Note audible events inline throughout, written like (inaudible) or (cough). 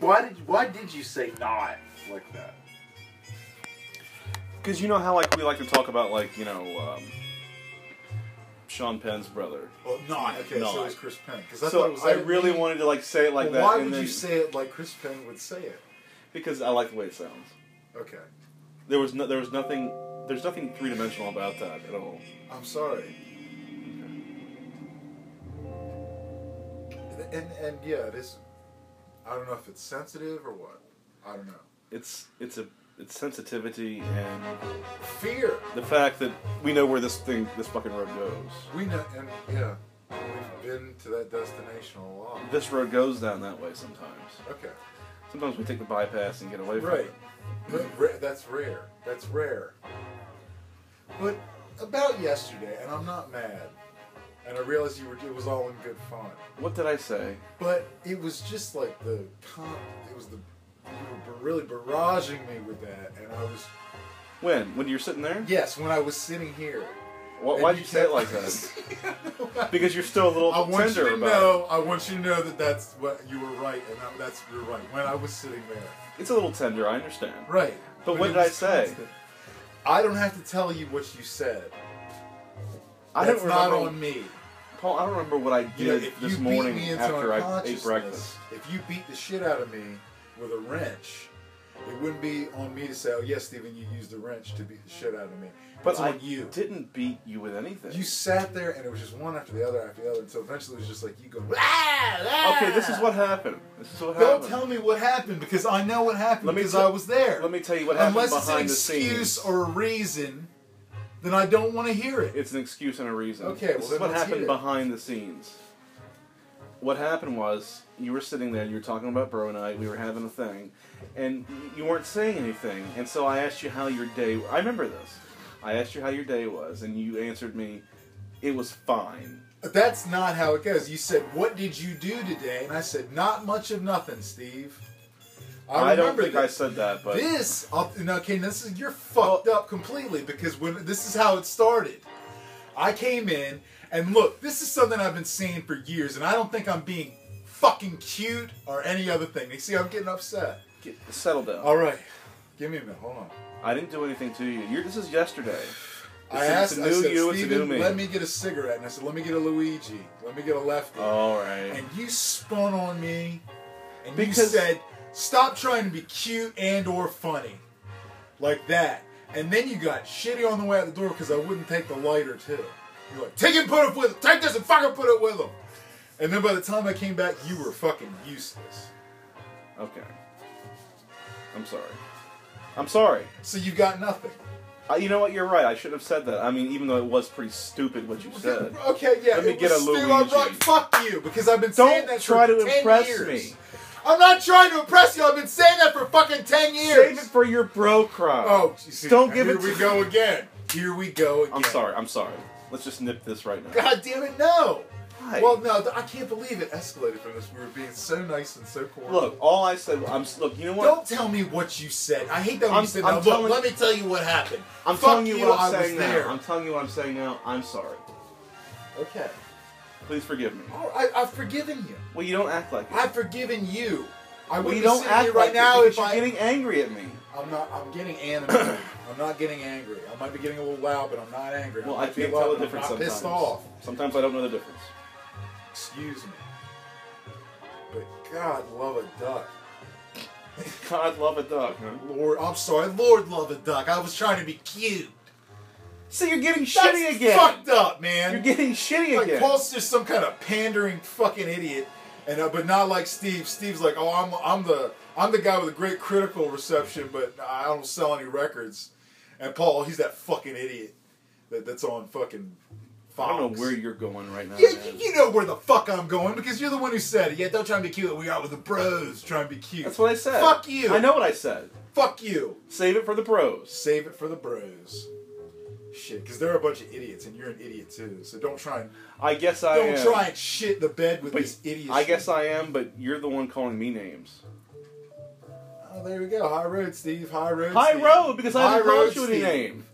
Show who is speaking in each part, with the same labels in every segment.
Speaker 1: why did why did you say not like that?
Speaker 2: Because you know how like we like to talk about like you know um, Sean Penn's brother.
Speaker 3: Well, not okay. So
Speaker 2: Not.
Speaker 3: it was Chris Penn. Because I thought it
Speaker 2: So
Speaker 3: was.
Speaker 2: I really wanted to like say it like
Speaker 3: Well,
Speaker 2: that.
Speaker 3: why
Speaker 2: and
Speaker 3: would
Speaker 2: then-
Speaker 3: you say it like Chris Penn would say it?
Speaker 2: Because I like the way it sounds.
Speaker 3: Okay.
Speaker 2: There was no, there was nothing. There's nothing three dimensional about that at all.
Speaker 3: I'm sorry. And, and and yeah, it is. I don't know if it's sensitive or what. I don't know.
Speaker 2: It's it's a it's sensitivity and
Speaker 3: Fear.
Speaker 2: the fact that we know where this thing this fucking road goes.
Speaker 3: We know, and yeah, we've been to that destination a lot.
Speaker 2: This road goes down that way sometimes.
Speaker 3: Okay.
Speaker 2: Sometimes we take the bypass and get away from
Speaker 3: Right.
Speaker 2: it.
Speaker 3: But ra- that's rare. That's rare. But about yesterday, and I'm not mad, and I realized you were. It was all in good fun.
Speaker 2: What did I say?
Speaker 3: But it was just like the con. It was the. You were really barraging me with that, and I was.
Speaker 2: When? When you were sitting there?
Speaker 3: Yes, when I was sitting here.
Speaker 2: Why,
Speaker 3: And
Speaker 2: why'd you say it like
Speaker 3: (laughs)
Speaker 2: that?
Speaker 3: that?
Speaker 2: Because you're still a little
Speaker 3: I want
Speaker 2: tender
Speaker 3: you to
Speaker 2: about
Speaker 3: know. I want you to know that that's what you were right, and that, that's you're right. When I was sitting there,
Speaker 2: it. It's a little tender, I understand.
Speaker 3: right.
Speaker 2: But what
Speaker 3: it
Speaker 2: did I
Speaker 3: was
Speaker 2: say?
Speaker 3: constant. I don't have to tell you what you said.
Speaker 2: I
Speaker 3: That's
Speaker 2: don't
Speaker 3: not
Speaker 2: remember,
Speaker 3: on me.
Speaker 2: Paul, I don't remember what I
Speaker 3: You know,
Speaker 2: did
Speaker 3: if
Speaker 2: this
Speaker 3: you beat
Speaker 2: morning
Speaker 3: me into
Speaker 2: after I ate
Speaker 3: unconsciousness,
Speaker 2: breakfast.
Speaker 3: if you beat the shit out of me with a wrench, it wouldn't be on me to say, "Oh yes, Steven, you used the wrench to beat the shit out of me."
Speaker 2: But
Speaker 3: it's
Speaker 2: I
Speaker 3: on you.
Speaker 2: didn't beat you with anything.
Speaker 3: You sat there, and it was just one after the other after the other until eventually it was just like you go. "Ah, ah."
Speaker 2: okay, this is what happened. This is what
Speaker 3: Don't
Speaker 2: happened.
Speaker 3: tell me what happened because I know what happened
Speaker 2: Let me
Speaker 3: because
Speaker 2: t-
Speaker 3: I was there.
Speaker 2: Let me tell you what happened
Speaker 3: Unless it's an
Speaker 2: behind the
Speaker 3: excuse
Speaker 2: scenes.
Speaker 3: or a reason, then I don't want to hear it.
Speaker 2: It's an excuse and a reason.
Speaker 3: Okay,
Speaker 2: this
Speaker 3: well,
Speaker 2: is
Speaker 3: then
Speaker 2: what
Speaker 3: let's
Speaker 2: happened
Speaker 3: hear it.
Speaker 2: behind the scenes. What happened was you were sitting there, you were talking about bro and I, we were having a thing, and you weren't saying anything. And so I asked you how your day. I remember this. I asked you how your day was, and you answered me, "It was fine."
Speaker 3: That's not how it goes. You said, "What did you do today?" And I said, "Not much of nothing, Steve."
Speaker 2: I, don't
Speaker 3: remember
Speaker 2: think
Speaker 3: that-
Speaker 2: I said that, but
Speaker 3: this. I'll, no, Kane, this is you're fucked up completely because when this is how it started. I came in and look, this is something I've been seeing for years, and I don't think I'm being fucking cute or any other thing. You see, I'm getting upset.
Speaker 2: Get- settle down.
Speaker 3: All right, give me a minute. Hold on.
Speaker 2: I didn't do anything to you. You're, this is yesterday.
Speaker 3: I
Speaker 2: It's- it's
Speaker 3: asked,
Speaker 2: a
Speaker 3: I
Speaker 2: new
Speaker 3: said,
Speaker 2: you, it's a
Speaker 3: Steven,
Speaker 2: new me."
Speaker 3: let me get a cigarette. And I said, let me get a Luigi. Let me get a lefty.
Speaker 2: All right.
Speaker 3: and you spun on me and you
Speaker 2: Because-
Speaker 3: said stop trying to be cute and or funny like that and then you got shitty on the way out the door because i wouldn't take the lighter too you're like take it and put it with him take this and fucking put it with him and then by the time i came back you were fucking useless
Speaker 2: Okay. I'm sorry. I'm sorry.
Speaker 3: so you got nothing
Speaker 2: Uh, you know what? You're right. I should have said that. I mean, even though it was pretty stupid what you said.
Speaker 3: okay yeah
Speaker 2: Let me
Speaker 3: it
Speaker 2: get
Speaker 3: was
Speaker 2: a
Speaker 3: still- I'm
Speaker 2: Luigi.
Speaker 3: like, fuck you because i've been saying
Speaker 2: Don't
Speaker 3: that
Speaker 2: try
Speaker 3: for
Speaker 2: to
Speaker 3: 10
Speaker 2: impress
Speaker 3: years.
Speaker 2: me.
Speaker 3: i'm not trying to impress you i've been saying that for fucking 10 (laughs) years
Speaker 2: Save it for your bro cry.
Speaker 3: Oh, you see,
Speaker 2: don't give
Speaker 3: here
Speaker 2: it.
Speaker 3: we
Speaker 2: to-
Speaker 3: go again. Here we go again.
Speaker 2: I'm sorry. I'm sorry. Let's just nip this right now.
Speaker 3: God damn it, no.
Speaker 2: Why?
Speaker 3: Well, no, th- I can't believe it escalated from this. We were being so nice and so cordial.
Speaker 2: Look, all I said. I'm s- look. You know what?
Speaker 3: Don't tell me what you said. I hate that when
Speaker 2: I'm-
Speaker 3: you said
Speaker 2: I'm
Speaker 3: that.
Speaker 2: telling-
Speaker 3: Look, let me tell you what happened.
Speaker 2: I'm
Speaker 3: Fuck
Speaker 2: telling you what I'm
Speaker 3: I was
Speaker 2: saying
Speaker 3: there.
Speaker 2: now. I'm telling you what I'm saying now. I'm sorry.
Speaker 3: Okay.
Speaker 2: Please forgive me.
Speaker 3: All right, I, I've forgiven you.
Speaker 2: Well, you don't act like it.
Speaker 3: I've forgiven you. I
Speaker 2: well,
Speaker 3: wouldn't
Speaker 2: you
Speaker 3: be
Speaker 2: don't
Speaker 3: sitting
Speaker 2: act
Speaker 3: here right
Speaker 2: like
Speaker 3: now
Speaker 2: it
Speaker 3: if
Speaker 2: because you're
Speaker 3: I...
Speaker 2: getting angry at me.
Speaker 3: I'm not. I'm getting animated. I'm not getting angry. I might be getting a little loud, but I'm not angry.
Speaker 2: Well,
Speaker 3: I
Speaker 2: I
Speaker 3: might be
Speaker 2: can't
Speaker 3: loud,
Speaker 2: tell
Speaker 3: but
Speaker 2: the
Speaker 3: I'm
Speaker 2: difference
Speaker 3: not
Speaker 2: sometimes.
Speaker 3: pissed off.
Speaker 2: Sometimes I don't know the difference. (laughs)
Speaker 3: Excuse me. But God love a duck.
Speaker 2: God love a duck, huh?
Speaker 3: Lord, I'm sorry. Lord love a duck. I was trying to be cute.
Speaker 2: So you're getting
Speaker 3: That's
Speaker 2: shitty again.
Speaker 3: fucked up, man.
Speaker 2: You're getting shitty
Speaker 3: like
Speaker 2: again.
Speaker 3: Paul's just some kind of pandering fucking idiot, and uh, but not like Steve. Steve's like, oh, I'm I'm the I'm the guy with a great critical reception, but I don't sell any records. And Paul, he's that fucking idiot that, that's on fucking.
Speaker 2: I
Speaker 3: Fox.
Speaker 2: don't know where you're going right now.
Speaker 3: Yeah,
Speaker 2: man.
Speaker 3: you, you know where the fuck I'm going because you're the one who said it. Yeah, don't try and be cute. We out with the bros. Try and be cute.
Speaker 2: That's what I said.
Speaker 3: Fuck you.
Speaker 2: I know what I said.
Speaker 3: Fuck you.
Speaker 2: Save it for the pros.
Speaker 3: Save it for the bros. Shit, because they're a bunch of idiots, and you're an idiot too. So don't try and
Speaker 2: I guess I
Speaker 3: don't
Speaker 2: am.
Speaker 3: try and shit the bed with
Speaker 2: but
Speaker 3: these idiots.
Speaker 2: I guess I am, but you're the one calling me names.
Speaker 3: Oh, there we go. High road, Steve. High road.
Speaker 2: High
Speaker 3: Steve.
Speaker 2: road because I
Speaker 3: High
Speaker 2: haven't called
Speaker 3: road,
Speaker 2: you any
Speaker 3: Steve.
Speaker 2: name.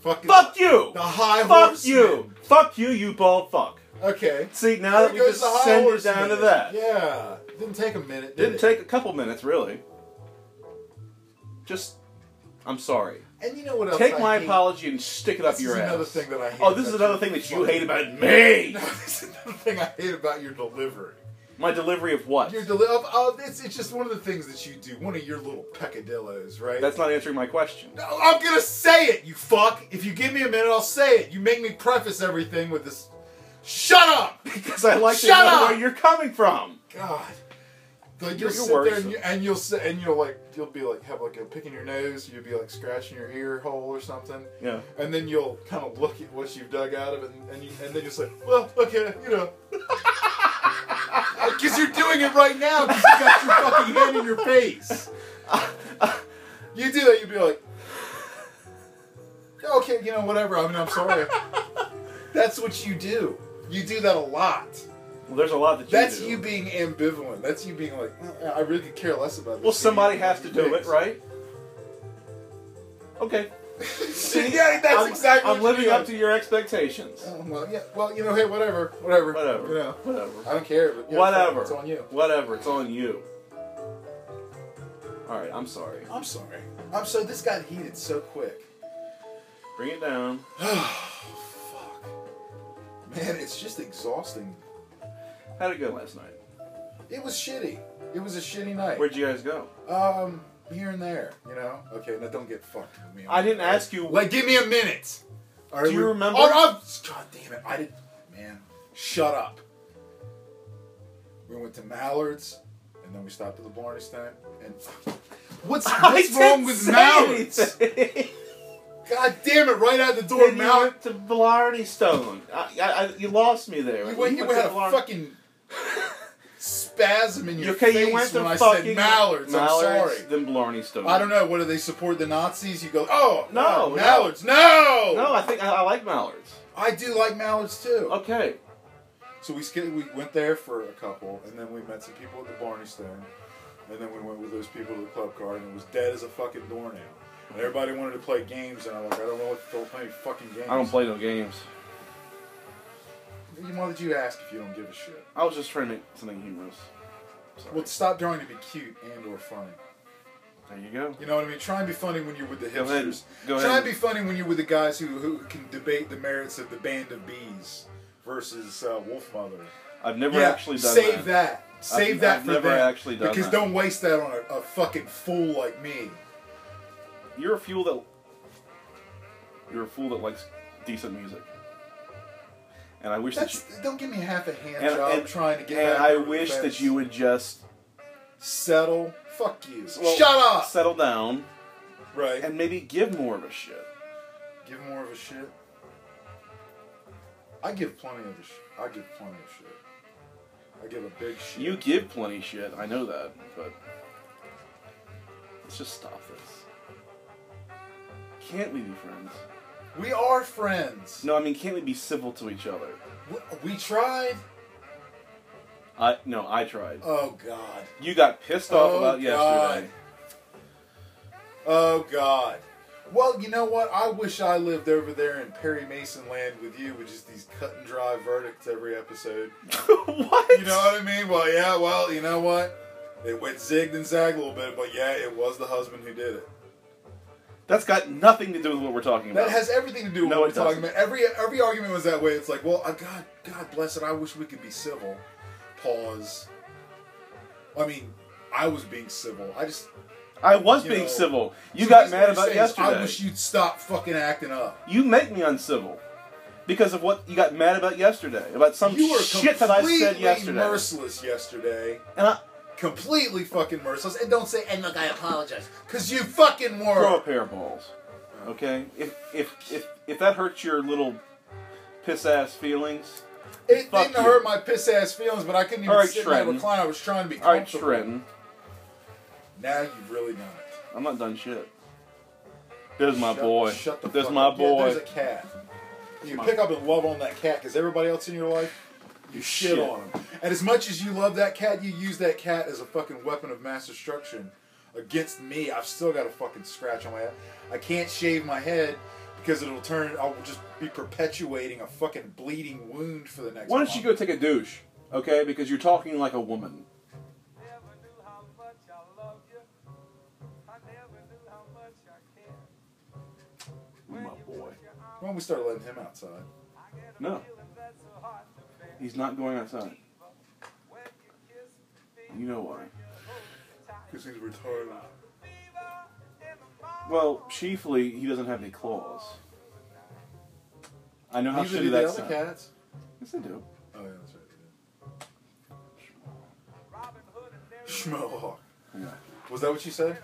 Speaker 3: Fucking
Speaker 2: Fuck you.
Speaker 3: The high
Speaker 2: Fuck
Speaker 3: horseman.
Speaker 2: you. Fuck you, you bald fuck.
Speaker 3: Okay.
Speaker 2: See, now that we
Speaker 3: There goes
Speaker 2: just
Speaker 3: the
Speaker 2: send it
Speaker 3: Howard's
Speaker 2: down to
Speaker 3: minute.
Speaker 2: that.
Speaker 3: Yeah. Didn't take a minute. Did
Speaker 2: Didn't
Speaker 3: it?
Speaker 2: take a couple minutes, really. Just, I'm sorry.
Speaker 3: And you know what else?
Speaker 2: Take
Speaker 3: I
Speaker 2: my
Speaker 3: hate?
Speaker 2: apology and stick it up
Speaker 3: This
Speaker 2: your
Speaker 3: is
Speaker 2: ass.
Speaker 3: another thing that I hate.
Speaker 2: oh, this
Speaker 3: about
Speaker 2: is another
Speaker 3: your
Speaker 2: thing that you
Speaker 3: fucking-
Speaker 2: hate about me.
Speaker 3: (laughs) No, this is another thing I hate about your delivery.
Speaker 2: My delivery of what?
Speaker 3: Your deli- of, of, it's, it's just one of the things that you do. One of your little peccadillos, right?
Speaker 2: That's not answering my question.
Speaker 3: No, I'm gonna say it, you fuck. If you give me a minute, I'll say it. You make me preface everything with this. Shut up!
Speaker 2: (laughs) Because I like
Speaker 3: Shut
Speaker 2: to know
Speaker 3: up!
Speaker 2: where you're coming from.
Speaker 3: God. Like you'll
Speaker 2: You're- you're
Speaker 3: sit there
Speaker 2: worrisome.
Speaker 3: and, you, and you'll sit and you'll like you'll be like have like a picking your nose, you'll be like scratching your ear hole or something,
Speaker 2: Yeah.
Speaker 3: and then you'll kind of look at what you've dug out of it, and, and, you, and then you'll say, well, okay, you know, because you're doing it right now because you got your fucking hand in your face. You do that, you'd be like, okay, you know, whatever. I mean, I'm sorry. That's what you do. You do that a lot.
Speaker 2: Well, there's a lot that you
Speaker 3: That's
Speaker 2: do.
Speaker 3: you being ambivalent. That's you being like, "Eh, I really could care less about this.
Speaker 2: well, somebody has to
Speaker 3: (laughs)
Speaker 2: do it, right? Okay.
Speaker 3: See, yeah, that's
Speaker 2: I'm,
Speaker 3: exactly.
Speaker 2: I'm living up to your expectations.
Speaker 3: Um, well, yeah. Well, you know, hey, whatever, whatever,
Speaker 2: Whatever.
Speaker 3: You know,
Speaker 2: Whatever.
Speaker 3: I don't care. But you know,
Speaker 2: Whatever.
Speaker 3: It's on you.
Speaker 2: Whatever. It's on you. All right. I'm sorry.
Speaker 3: I'm sorry. I'm so this got heated so quick.
Speaker 2: Bring it down.
Speaker 3: Fuck. Man, it's just exhausting.
Speaker 2: How'd it go last night?
Speaker 3: It was shitty. It was a shitty night.
Speaker 2: Where'd you guys go?
Speaker 3: Um, here and there, you know. Okay, now don't get fucked with me.
Speaker 2: I didn't ask you.
Speaker 3: Like, give me a minute. Are
Speaker 2: Do you
Speaker 3: we-
Speaker 2: remember?
Speaker 3: Oh, no, God damn it! I did. Man, shut up. We went to Mallard's, and then we stopped at the Blarneystein. And (laughs) what's what's (laughs)
Speaker 2: (laughs) I
Speaker 3: wrong
Speaker 2: didn't
Speaker 3: with
Speaker 2: say
Speaker 3: Mallard's?
Speaker 2: anything.
Speaker 3: God damn it! Right out the door,
Speaker 2: Then you
Speaker 3: Mallard.
Speaker 2: went to Blarney Stone. I, I, I- you lost me there.
Speaker 3: You went. You
Speaker 2: to
Speaker 3: had a
Speaker 2: Blarney-
Speaker 3: fucking spasm in your
Speaker 2: okay,
Speaker 3: face
Speaker 2: you went to
Speaker 3: when I
Speaker 2: fucking
Speaker 3: said Mallard's. I'm sorry.
Speaker 2: Then Blarney Stone.
Speaker 3: I don't know. What do they support the Nazis? You go, oh
Speaker 2: No,
Speaker 3: God,
Speaker 2: no.
Speaker 3: Mallards, no,
Speaker 2: No, I think I, I like Mallards.
Speaker 3: I do like Mallards too.
Speaker 2: Okay.
Speaker 3: So we sk- we went there for a couple, and then we met some people at the Barney Stone, and then we went with those people to the club car, and it was dead as a fucking doornail. And everybody wanted to play games, and I'm like, I don't know what to play any fucking games.
Speaker 2: I don't play no games.
Speaker 3: You- Why would you ask if you don't give a shit?
Speaker 2: I was just trying to make something humorous. Sorry.
Speaker 3: Well, stop trying to be cute and or funny.
Speaker 2: there you go.
Speaker 3: You know what I mean? Try and be funny when you're with the
Speaker 2: Go ahead.
Speaker 3: hipsters.
Speaker 2: Go
Speaker 3: Try
Speaker 2: ahead.
Speaker 3: and be funny when you're with the guys who, who can debate the merits of the Band of Bees versus uh, Wolf Mother.
Speaker 2: I've never actually done
Speaker 3: save that. Save
Speaker 2: I've-
Speaker 3: that
Speaker 2: I've
Speaker 3: for
Speaker 2: never
Speaker 3: them.
Speaker 2: actually done
Speaker 3: because
Speaker 2: that.
Speaker 3: don't waste that on a, a fucking fool like me.
Speaker 2: You're a fool that. You're a fool that likes decent music. And I wish
Speaker 3: That's
Speaker 2: that
Speaker 3: don't give me half a hand
Speaker 2: you. And,
Speaker 3: job
Speaker 2: and-
Speaker 3: trying to get.
Speaker 2: and
Speaker 3: back
Speaker 2: I
Speaker 3: over the
Speaker 2: wish
Speaker 3: fence.
Speaker 2: that you would just
Speaker 3: settle. Fuck you.
Speaker 2: well,
Speaker 3: Shut up.
Speaker 2: settle down,
Speaker 3: right.
Speaker 2: and maybe give more of a shit.
Speaker 3: give more of a shit. I give plenty of a sh- I give plenty of shit. I give a big shit.
Speaker 2: You give plenty shit. I know that, but let's just stop this. Can't we be friends?
Speaker 3: we are friends.
Speaker 2: No, I mean, can't we be civil to each other?
Speaker 3: We, we tried.
Speaker 2: I no, I tried.
Speaker 3: Oh God.
Speaker 2: You got pissed off
Speaker 3: Oh,
Speaker 2: about yesterday.
Speaker 3: Oh God. Well, you know what? I wish I lived over there in Perry Mason land with you, with just these cut and dry verdicts every episode.
Speaker 2: (laughs) what?
Speaker 3: You know what I mean? Well, yeah. Well, you know what? It went zigged and zagged a little bit, but yeah, it was the husband who did it.
Speaker 2: That's got nothing to do with what we're talking about.
Speaker 3: That has everything to do with
Speaker 2: No,
Speaker 3: what
Speaker 2: it
Speaker 3: we're talking
Speaker 2: doesn't.
Speaker 3: about. Every every argument was that way. It's like, well, uh, God, God bless it. I wish we could be civil. Pause. I mean, I was being civil. I just
Speaker 2: I was
Speaker 3: you
Speaker 2: being
Speaker 3: know,
Speaker 2: civil. You
Speaker 3: so that's
Speaker 2: got
Speaker 3: what
Speaker 2: mad
Speaker 3: I'm
Speaker 2: about
Speaker 3: saying is
Speaker 2: yesterday.
Speaker 3: I wish you'd stop fucking acting up.
Speaker 2: you make me uncivil because of what you got mad about yesterday about some
Speaker 3: you were
Speaker 2: shit that I said
Speaker 3: completely
Speaker 2: yesterday.
Speaker 3: merciless yesterday.
Speaker 2: And I
Speaker 3: Completely fucking merciless. And don't say, and look, I apologize. Because you fucking were.
Speaker 2: throw a pair of balls. Okay, if if if if that hurts your little piss ass feelings,
Speaker 3: it
Speaker 2: fuck
Speaker 3: didn't
Speaker 2: you.
Speaker 3: hurt my piss ass feelings, but I couldn't even
Speaker 2: All right,
Speaker 3: sit in that
Speaker 2: Trenton.
Speaker 3: recliner. I was trying to be
Speaker 2: all right,
Speaker 3: comfortable.
Speaker 2: Trenton,
Speaker 3: Now you really not.
Speaker 2: I'm not done shit. There's my
Speaker 3: Shut-
Speaker 2: boy.
Speaker 3: Shut the
Speaker 2: There's
Speaker 3: fuck
Speaker 2: my
Speaker 3: up. Yeah,
Speaker 2: boy.
Speaker 3: there's a cat. You pick up and love on that cat because everybody else in your life, you shit,
Speaker 2: shit.
Speaker 3: on him. And as much as you love that cat, you use that cat as a fucking weapon of mass destruction against me. I've still got a fucking scratch on my head. I can't shave my head because it'll turn. I'll just be perpetuating a fucking bleeding wound for the next.
Speaker 2: Why don't you go take a douche, okay? Because you're talking like a woman.
Speaker 4: Never knew how much I love you. I never knew how much I care.
Speaker 2: My boy.
Speaker 3: Why don't we start letting him outside?
Speaker 4: I get a
Speaker 2: No.
Speaker 4: feeling that's so hard to bear.
Speaker 2: He's not going outside.
Speaker 4: When you kiss me,
Speaker 2: You know why.
Speaker 3: Because he's retarded.
Speaker 4: fever in the morning.
Speaker 2: Well, chiefly, he doesn't have any claws. I know how
Speaker 3: Neither do
Speaker 2: shitty
Speaker 3: the
Speaker 2: that
Speaker 3: other
Speaker 2: sounds.
Speaker 3: cats.
Speaker 2: Yes, they do.
Speaker 3: Oh yeah, that's right.
Speaker 4: Robin Hood and Mary
Speaker 3: Schmohawk.
Speaker 2: Yeah.
Speaker 3: Was that what you said?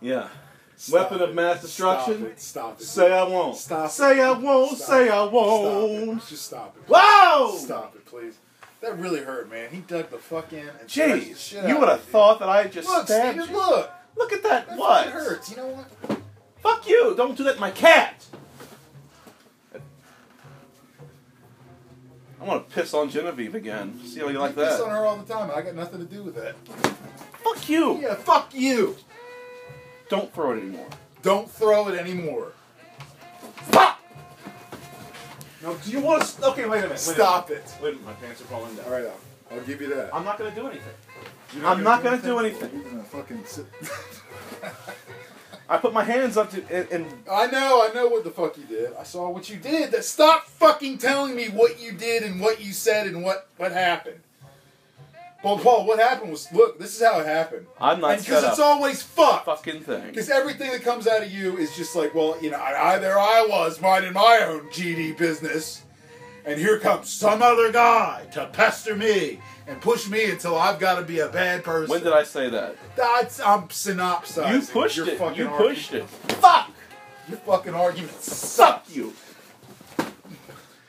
Speaker 2: Yeah.
Speaker 3: Stop
Speaker 2: Weapon of
Speaker 3: it.
Speaker 2: mass destruction?
Speaker 3: Stop it. Stop it.
Speaker 2: Say I won't.
Speaker 3: Stop it.
Speaker 2: Say I won't.
Speaker 3: Stop it.
Speaker 2: Say I
Speaker 3: Stop it.
Speaker 2: won't.
Speaker 3: Just stop it.
Speaker 2: Whoa!
Speaker 3: Stop it, please. That really hurt, man. He dug the fuck in and scratched the shit
Speaker 2: Jeez, you
Speaker 3: out
Speaker 2: would
Speaker 3: of
Speaker 2: have
Speaker 3: me,
Speaker 2: thought that I just
Speaker 3: dude. Look,
Speaker 2: stabbed
Speaker 3: Steven,
Speaker 2: you.
Speaker 3: look.
Speaker 2: Look at that.
Speaker 3: That
Speaker 2: What?
Speaker 3: fucking hurts. You know what?
Speaker 2: Fuck you! Don't do that, to my cat. I want to piss on Genevieve again. See how you like
Speaker 3: I piss on
Speaker 2: that.
Speaker 3: her all the time. and I got nothing to do with that.
Speaker 2: Fuck you!
Speaker 3: Yeah, fuck you.
Speaker 2: Don't throw it anymore.
Speaker 3: Don't throw it anymore.
Speaker 2: Fuck! No, do you want to? Okay, wait a minute.
Speaker 3: Stop it.
Speaker 2: Wait, a minute, my pants are falling down.
Speaker 3: All right, I'll, I'll give you that.
Speaker 2: I'm not gonna do anything.
Speaker 3: You're
Speaker 2: I'm not gonna do anything.
Speaker 3: You're gonna fucking sit. (laughs)
Speaker 2: I put my hands up to and, and
Speaker 3: I know, I know what the fuck you did. I saw what you did. That stop fucking telling me what you did and what you said and what what happened. Well, Paul, what happened was look. This is how it happened.
Speaker 2: I'm not
Speaker 3: And because
Speaker 2: set
Speaker 3: it's
Speaker 2: up.
Speaker 3: always fucked.
Speaker 2: fucking thing.
Speaker 3: Because everything that comes out of you is just like, well, you know, I, I, there I was minding my own GD business, and here comes some other guy to pester me and push me until I've got to be a bad person.
Speaker 2: When did I say that?
Speaker 3: That's I'm synopsizing.
Speaker 2: You pushed
Speaker 3: your
Speaker 2: it.
Speaker 3: Fucking
Speaker 2: You
Speaker 3: argument.
Speaker 2: pushed it. Fuck!
Speaker 3: Your fucking argument
Speaker 2: Fuck
Speaker 3: sucks.
Speaker 2: you!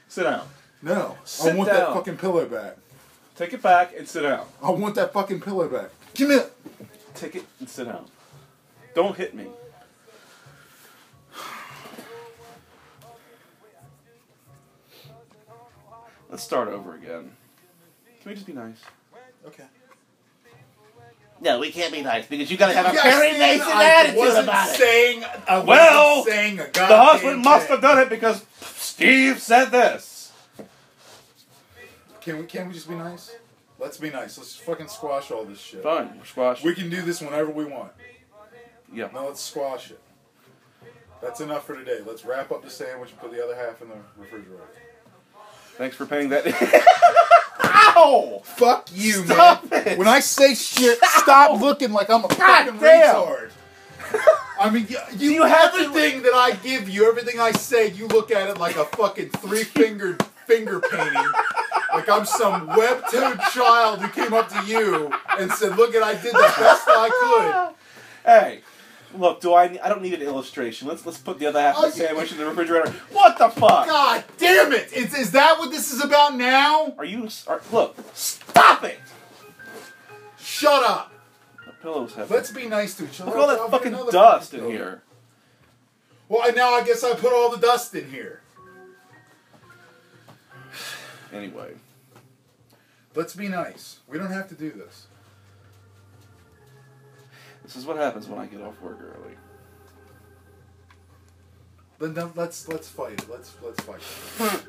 Speaker 2: Sit down.
Speaker 3: No, I
Speaker 2: Sit
Speaker 3: want that
Speaker 2: down.
Speaker 3: fucking pillow back.
Speaker 2: Take it back and sit down.
Speaker 3: I want that fucking pillow back. Give me. that-
Speaker 2: Take it and sit down. Don't hit me. Let's start over again. Can we just be nice?
Speaker 3: Okay.
Speaker 5: No, we can't be nice because you gotta have a
Speaker 3: Yes,
Speaker 5: very
Speaker 3: and
Speaker 5: nice
Speaker 3: I
Speaker 5: attitude
Speaker 3: wasn't
Speaker 5: about it.
Speaker 3: saying, I
Speaker 2: Well,
Speaker 3: wasn't saying a
Speaker 2: The
Speaker 3: goddamn
Speaker 2: husband must
Speaker 3: thing.
Speaker 2: have done it because Steve said this.
Speaker 3: Can we can we just be nice? Let's be nice. Let's just fucking squash all this shit.
Speaker 2: Fine, we're squashed.
Speaker 3: We can do this whenever we want.
Speaker 2: yeah.
Speaker 3: Now let's squash it. That's enough for today. Let's wrap up the sandwich and put the other half in the refrigerator.
Speaker 2: Thanks for
Speaker 3: (laughs)
Speaker 2: paying that. Ow!
Speaker 3: Fuck you,
Speaker 2: Stop
Speaker 3: man.
Speaker 2: it.
Speaker 3: When I say shit, stop looking like I'm a fucking
Speaker 2: damn.
Speaker 3: retard.
Speaker 2: (laughs)
Speaker 3: I mean, you, you,
Speaker 2: You have to-
Speaker 3: everything that I give you, everything I say, you look at it like a fucking three
Speaker 2: (laughs)
Speaker 3: fingered finger painting. Like I'm some webtoon child who came up to you and said, "Look at, I did the best I
Speaker 2: Hey, look, do I? I don't need an illustration. Let's let's put the other half of the
Speaker 3: Okay.
Speaker 2: sandwich in the refrigerator. What the fuck?
Speaker 3: could." Oh, God damn it! Is, is that what this is about now?
Speaker 2: Are you? Are, look, stop it!
Speaker 3: Shut up.
Speaker 2: The pillow's heavy.
Speaker 3: Let's be nice to each other.
Speaker 2: Look at all
Speaker 3: I'll
Speaker 2: that
Speaker 3: get
Speaker 2: fucking
Speaker 3: another
Speaker 2: dust
Speaker 3: fucking
Speaker 2: in
Speaker 3: pillow.
Speaker 2: here.
Speaker 3: Well, and now I guess I put all the dust in here.
Speaker 2: Anyway,
Speaker 3: Let's be nice. We don't have to do this.
Speaker 2: this is what happens when I get off work early.
Speaker 3: Then then let's let's fight. it. Let's let's fight. it.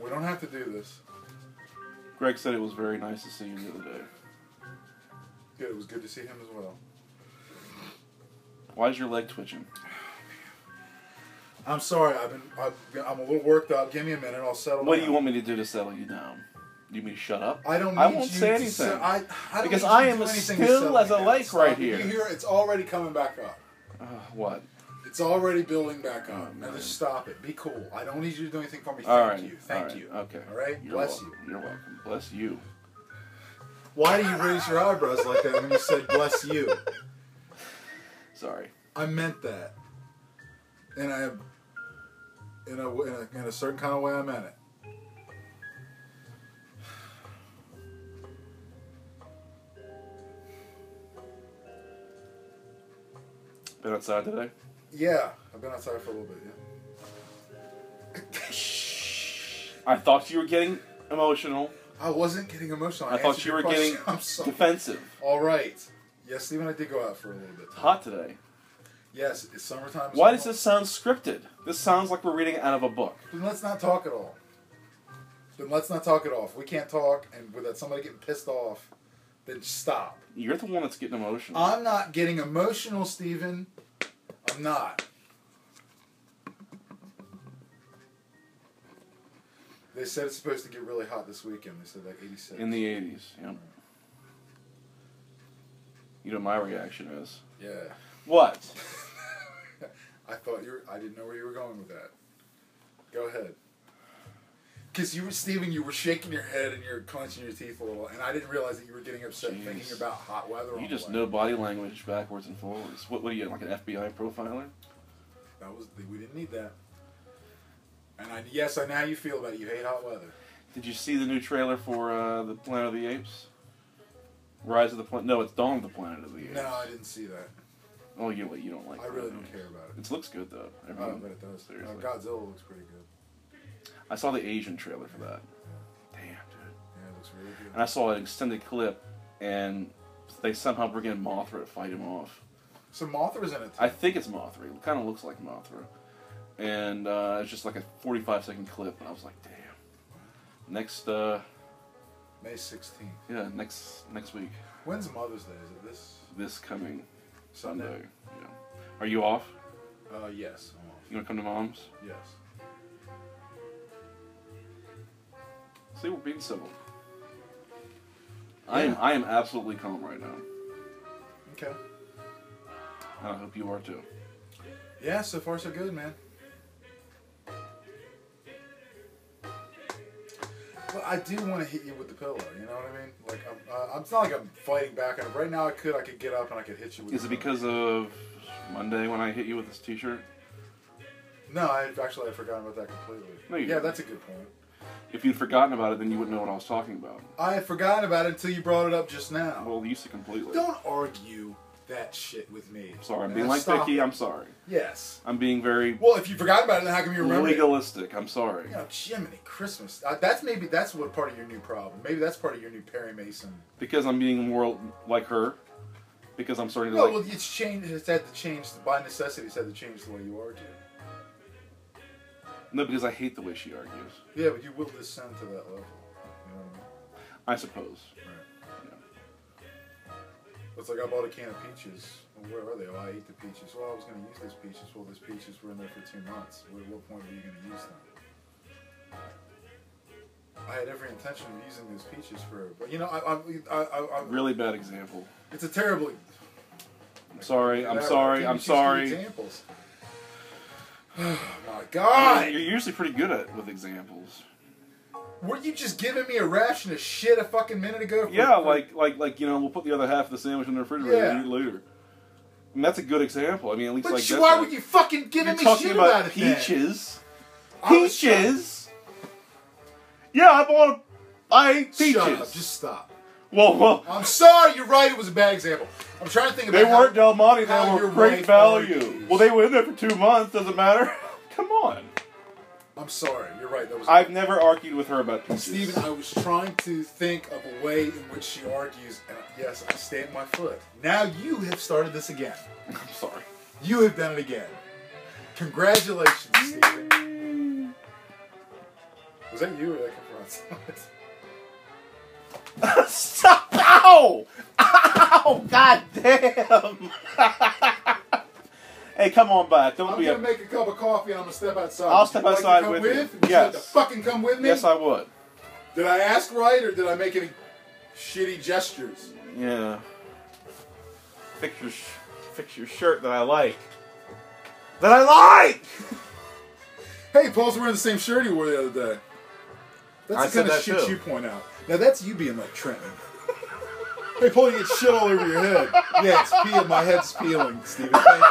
Speaker 3: we don't have to do this.
Speaker 2: Greg said it was very nice to see you the other day.
Speaker 3: Good. It was good to see him as well.
Speaker 2: Why is your leg twitching?
Speaker 3: I'm sorry. I've been I've, I'm a little worked up. Give me a minute. I'll settle.
Speaker 2: What do you
Speaker 3: down.
Speaker 2: want me to do to settle you down? You mean shut up?
Speaker 3: I don't. Need
Speaker 2: I won't
Speaker 3: you
Speaker 2: say
Speaker 3: to
Speaker 2: anything.
Speaker 3: se- I, I don't
Speaker 2: Because
Speaker 3: need you
Speaker 2: I
Speaker 3: to
Speaker 2: am
Speaker 3: do
Speaker 2: as
Speaker 3: anything to
Speaker 2: still
Speaker 3: settle
Speaker 2: as
Speaker 3: me
Speaker 2: a
Speaker 3: down.
Speaker 2: lake
Speaker 3: Stop.
Speaker 2: right
Speaker 3: You
Speaker 2: here.
Speaker 3: hear? It's already coming back up.
Speaker 2: Ugh, what?
Speaker 3: It's already building back up. Now just stop it. Be cool. I don't need you to do anything for me. Thank
Speaker 2: Oh, All right.
Speaker 3: you.
Speaker 2: all
Speaker 3: Thank
Speaker 2: right,
Speaker 3: you.
Speaker 2: Okay.
Speaker 3: All right?
Speaker 2: You're
Speaker 3: Bless
Speaker 2: welcome. you. You're welcome. Bless you.
Speaker 3: Why do you raise your eyebrows like that when you said bless you?
Speaker 2: Sorry.
Speaker 3: I meant that. And I in a, in a in a certain kind of way I meant it.
Speaker 2: Been outside today.
Speaker 3: Yeah, I've been outside for a little bit, yeah.
Speaker 2: I thought you were getting emotional,
Speaker 3: I wasn't getting emotional.
Speaker 2: I thought
Speaker 3: answered
Speaker 2: you
Speaker 3: your
Speaker 2: were
Speaker 3: question. (laughs)
Speaker 2: getting
Speaker 3: I'm sorry.
Speaker 2: defensive.
Speaker 3: All right. Yes, Steve and I did go out for a little bit.
Speaker 2: Hot today.
Speaker 3: Yes, it's summertime.
Speaker 2: Why does this sound scripted? This sounds like we're reading out of a book.
Speaker 3: Then let's not talk at all. Then let's not talk at all. If we can't talk and without somebody getting pissed off, then stop.
Speaker 2: You're the one that's getting emotional.
Speaker 3: I'm not getting emotional, Steven. I'm not. They said it's supposed to get really hot this weekend. They said like 86.
Speaker 2: In the 80s, yeah. You know what my reaction is?
Speaker 3: yeah.
Speaker 2: What?
Speaker 3: I thought you were, I didn't know where you were going with that. Go ahead. Because you were, Steven, you were shaking your head and you're clenching your teeth a little, and I didn't realize that you were getting upset
Speaker 2: Jeez.
Speaker 3: thinking about hot weather. all
Speaker 2: You just
Speaker 3: the way.
Speaker 2: know body language backwards and forwards. What, what are you, like an FBI profiler?
Speaker 3: That was, we didn't need that. And I, yes, I know how you feel about it. You hate hot weather.
Speaker 2: Did you see the new trailer for uh, The Planet of the Apes? Rise of the Planet. No, it's Dawn of the Planet of the Apes.
Speaker 3: No, I didn't see that.
Speaker 2: Oh, you, you don't like
Speaker 3: I
Speaker 2: that,
Speaker 3: really
Speaker 2: do
Speaker 3: don't
Speaker 2: you?
Speaker 3: care about it.
Speaker 2: It looks good, though.
Speaker 3: Oh,
Speaker 2: Everyone-
Speaker 3: but it does.
Speaker 2: seriously.
Speaker 3: Oh, Godzilla looks pretty good.
Speaker 2: I saw the Asian trailer for that. Damn, dude.
Speaker 3: Yeah, it looks really
Speaker 2: And
Speaker 3: good.
Speaker 2: I saw an extended clip, and they somehow bring in Mothra to fight him off.
Speaker 3: So Mothra's in it. Too.
Speaker 2: I think it's Mothra. It kind of looks like Mothra. And uh, it's just like a 45 second clip, and I was like, damn. Next, uh,
Speaker 3: May 16th.
Speaker 2: yeah, next next week,
Speaker 3: When's Mother's Day? Is it this
Speaker 2: this coming
Speaker 3: Sunday?
Speaker 2: Sunday. Yeah. Are you off?
Speaker 3: Uh, yes, I'm off.
Speaker 2: You gonna come to mom's?
Speaker 3: Yes.
Speaker 2: See, we're being civil. I am I am absolutely calm right now,
Speaker 3: Okay.
Speaker 2: and I hope you are too.
Speaker 3: Yeah, so far so good, man. But I do want to hit you with the pillow. You know what I mean? Like I'm, uh, it's not like I'm fighting back. And right now, I could, I could get up and I could hit you with.
Speaker 2: Is
Speaker 3: the
Speaker 2: it
Speaker 3: pillow.
Speaker 2: because of Monday when I hit you with this T-shirt?
Speaker 3: No, I actually I forgot about that completely.
Speaker 2: No, you
Speaker 3: yeah,
Speaker 2: didn't.
Speaker 3: that's a good point.
Speaker 2: If you'd forgotten about it, then you wouldn't know what I was talking about.
Speaker 3: I had forgotten about it until you brought it up just now.
Speaker 2: Well, you used to completely.
Speaker 3: Don't argue that shit with me.
Speaker 2: I'm sorry, I'm
Speaker 3: Now,
Speaker 2: being like
Speaker 3: stop
Speaker 2: Vicky.
Speaker 3: it.
Speaker 2: I'm sorry.
Speaker 3: Yes.
Speaker 2: I'm being very
Speaker 3: Well, if you forgot about it, then how come you remember? it?
Speaker 2: legalistic. I'm sorry.
Speaker 3: You know, Jiminy Christmas. Uh, that's maybe that's what part of your new problem. Maybe that's part of your new Perry Mason.
Speaker 2: Because I'm being more like her. Because I'm starting to
Speaker 3: No,
Speaker 2: like.
Speaker 3: well, it's changed. It's had to change by necessity. It's had to change the way you argue.
Speaker 2: no, because I hate the way she argues.
Speaker 3: Yeah, but you will descend to that level. You know what
Speaker 2: I suppose.
Speaker 3: I mean? Right. It's like I bought a can of peaches. Well, where are they? Oh, I ate the peaches. Well, I was going to use those peaches. Well, those peaches were in there for two months. Well, At what point were you going to use them? I had every intention of using those peaches for, but you know, I, I, I, I, I
Speaker 2: Really bad example.
Speaker 3: it's a terrible.
Speaker 2: I'm sorry. I'm
Speaker 3: Whatever.
Speaker 2: sorry.
Speaker 3: Can you
Speaker 2: I'm
Speaker 3: choose some
Speaker 2: sorry.
Speaker 3: Examples. (sighs) Oh my
Speaker 2: You're
Speaker 3: God!
Speaker 2: usually pretty good at with examples.
Speaker 3: Were you just giving me a ration of shit a fucking minute ago? for-
Speaker 2: Yeah,
Speaker 3: for-
Speaker 2: like like like you know, we'll put the other half of the sandwich in the refrigerator
Speaker 3: Yeah.
Speaker 2: and eat it later. And that's a good example. I mean, at least
Speaker 3: But
Speaker 2: like
Speaker 3: sh-
Speaker 2: this
Speaker 3: why
Speaker 2: one.
Speaker 3: were you fucking
Speaker 2: You're
Speaker 3: giving me
Speaker 2: talking
Speaker 3: shit
Speaker 2: about,
Speaker 3: about, it? then?
Speaker 2: peaches?
Speaker 3: I was trying-
Speaker 2: Peaches? Yeah, I bought. A, I ate peaches.
Speaker 3: Shut up! Just stop.
Speaker 2: Whoa, whoa.
Speaker 3: I'm sorry. You're right. It was a bad example. I'm trying to think about.
Speaker 2: They
Speaker 3: how-
Speaker 2: weren't Del Monte, they
Speaker 3: how
Speaker 2: were
Speaker 3: your
Speaker 2: great
Speaker 3: wife
Speaker 2: value.
Speaker 3: argues.
Speaker 2: Well, they were in there for two months, doesn't matter. (laughs) Come on.
Speaker 3: I'm sorry. You're right. That was.
Speaker 2: I've never argued with her about peaches.
Speaker 3: Steven, I was trying to think of a way in which she argues, and yes, I stand my foot. Now you have started this again.
Speaker 2: I'm sorry.
Speaker 3: You have done it again. Congratulations, Steven. Was that you or did that come from outside?
Speaker 2: (laughs) Stop! Ow! Ow! God damn! hey, come on back. Don't
Speaker 3: I'm
Speaker 2: be
Speaker 3: gonna
Speaker 2: a.
Speaker 3: make a cup of coffee. I'm gonna step outside.
Speaker 2: I'll
Speaker 3: Would
Speaker 2: step
Speaker 3: you like
Speaker 2: outside
Speaker 3: to come
Speaker 2: with you.
Speaker 3: with? Would
Speaker 2: Yes.
Speaker 3: like to fucking come with me.
Speaker 2: Yes, I would.
Speaker 3: Did I ask right or did I make any shitty gestures?
Speaker 2: Yeah. Fix your, sh- fix your shirt that I like. That I like! (laughs)
Speaker 3: Hey, Paul's wearing the same shirt he wore the other day. That's the
Speaker 2: I
Speaker 3: kind
Speaker 2: said
Speaker 3: of
Speaker 2: that
Speaker 3: shit
Speaker 2: too.
Speaker 3: you point out. Now that's you being like Trenton. hey, Paul, you get shit all over your head. Yeah, it's peeling. My head's peeling, Steven. Thank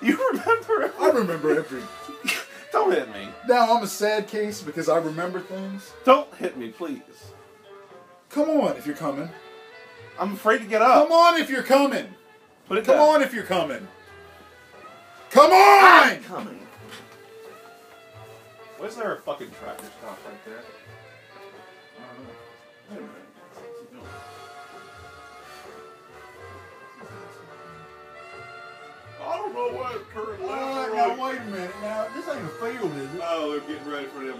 Speaker 3: you.
Speaker 2: You remember it?
Speaker 3: I remember every.
Speaker 2: (laughs) Don't hit me.
Speaker 3: Now I'm a sad case because I remember things.
Speaker 2: Don't hit me, please.
Speaker 3: Come on, if you're coming.
Speaker 2: I'm afraid to get up.
Speaker 3: Come on, if you're coming.
Speaker 2: Put it
Speaker 3: Come
Speaker 2: down.
Speaker 3: on, if you're coming. Come on!
Speaker 2: coming. Why is there a fucking tractor stop right there? I don't know. Wait a
Speaker 3: front,
Speaker 2: minute. What's he doing?
Speaker 3: turn left,
Speaker 2: Uh,
Speaker 3: right.
Speaker 2: now wait a minute. Now this ain't a field, is it?
Speaker 3: Oh, they're getting ready for them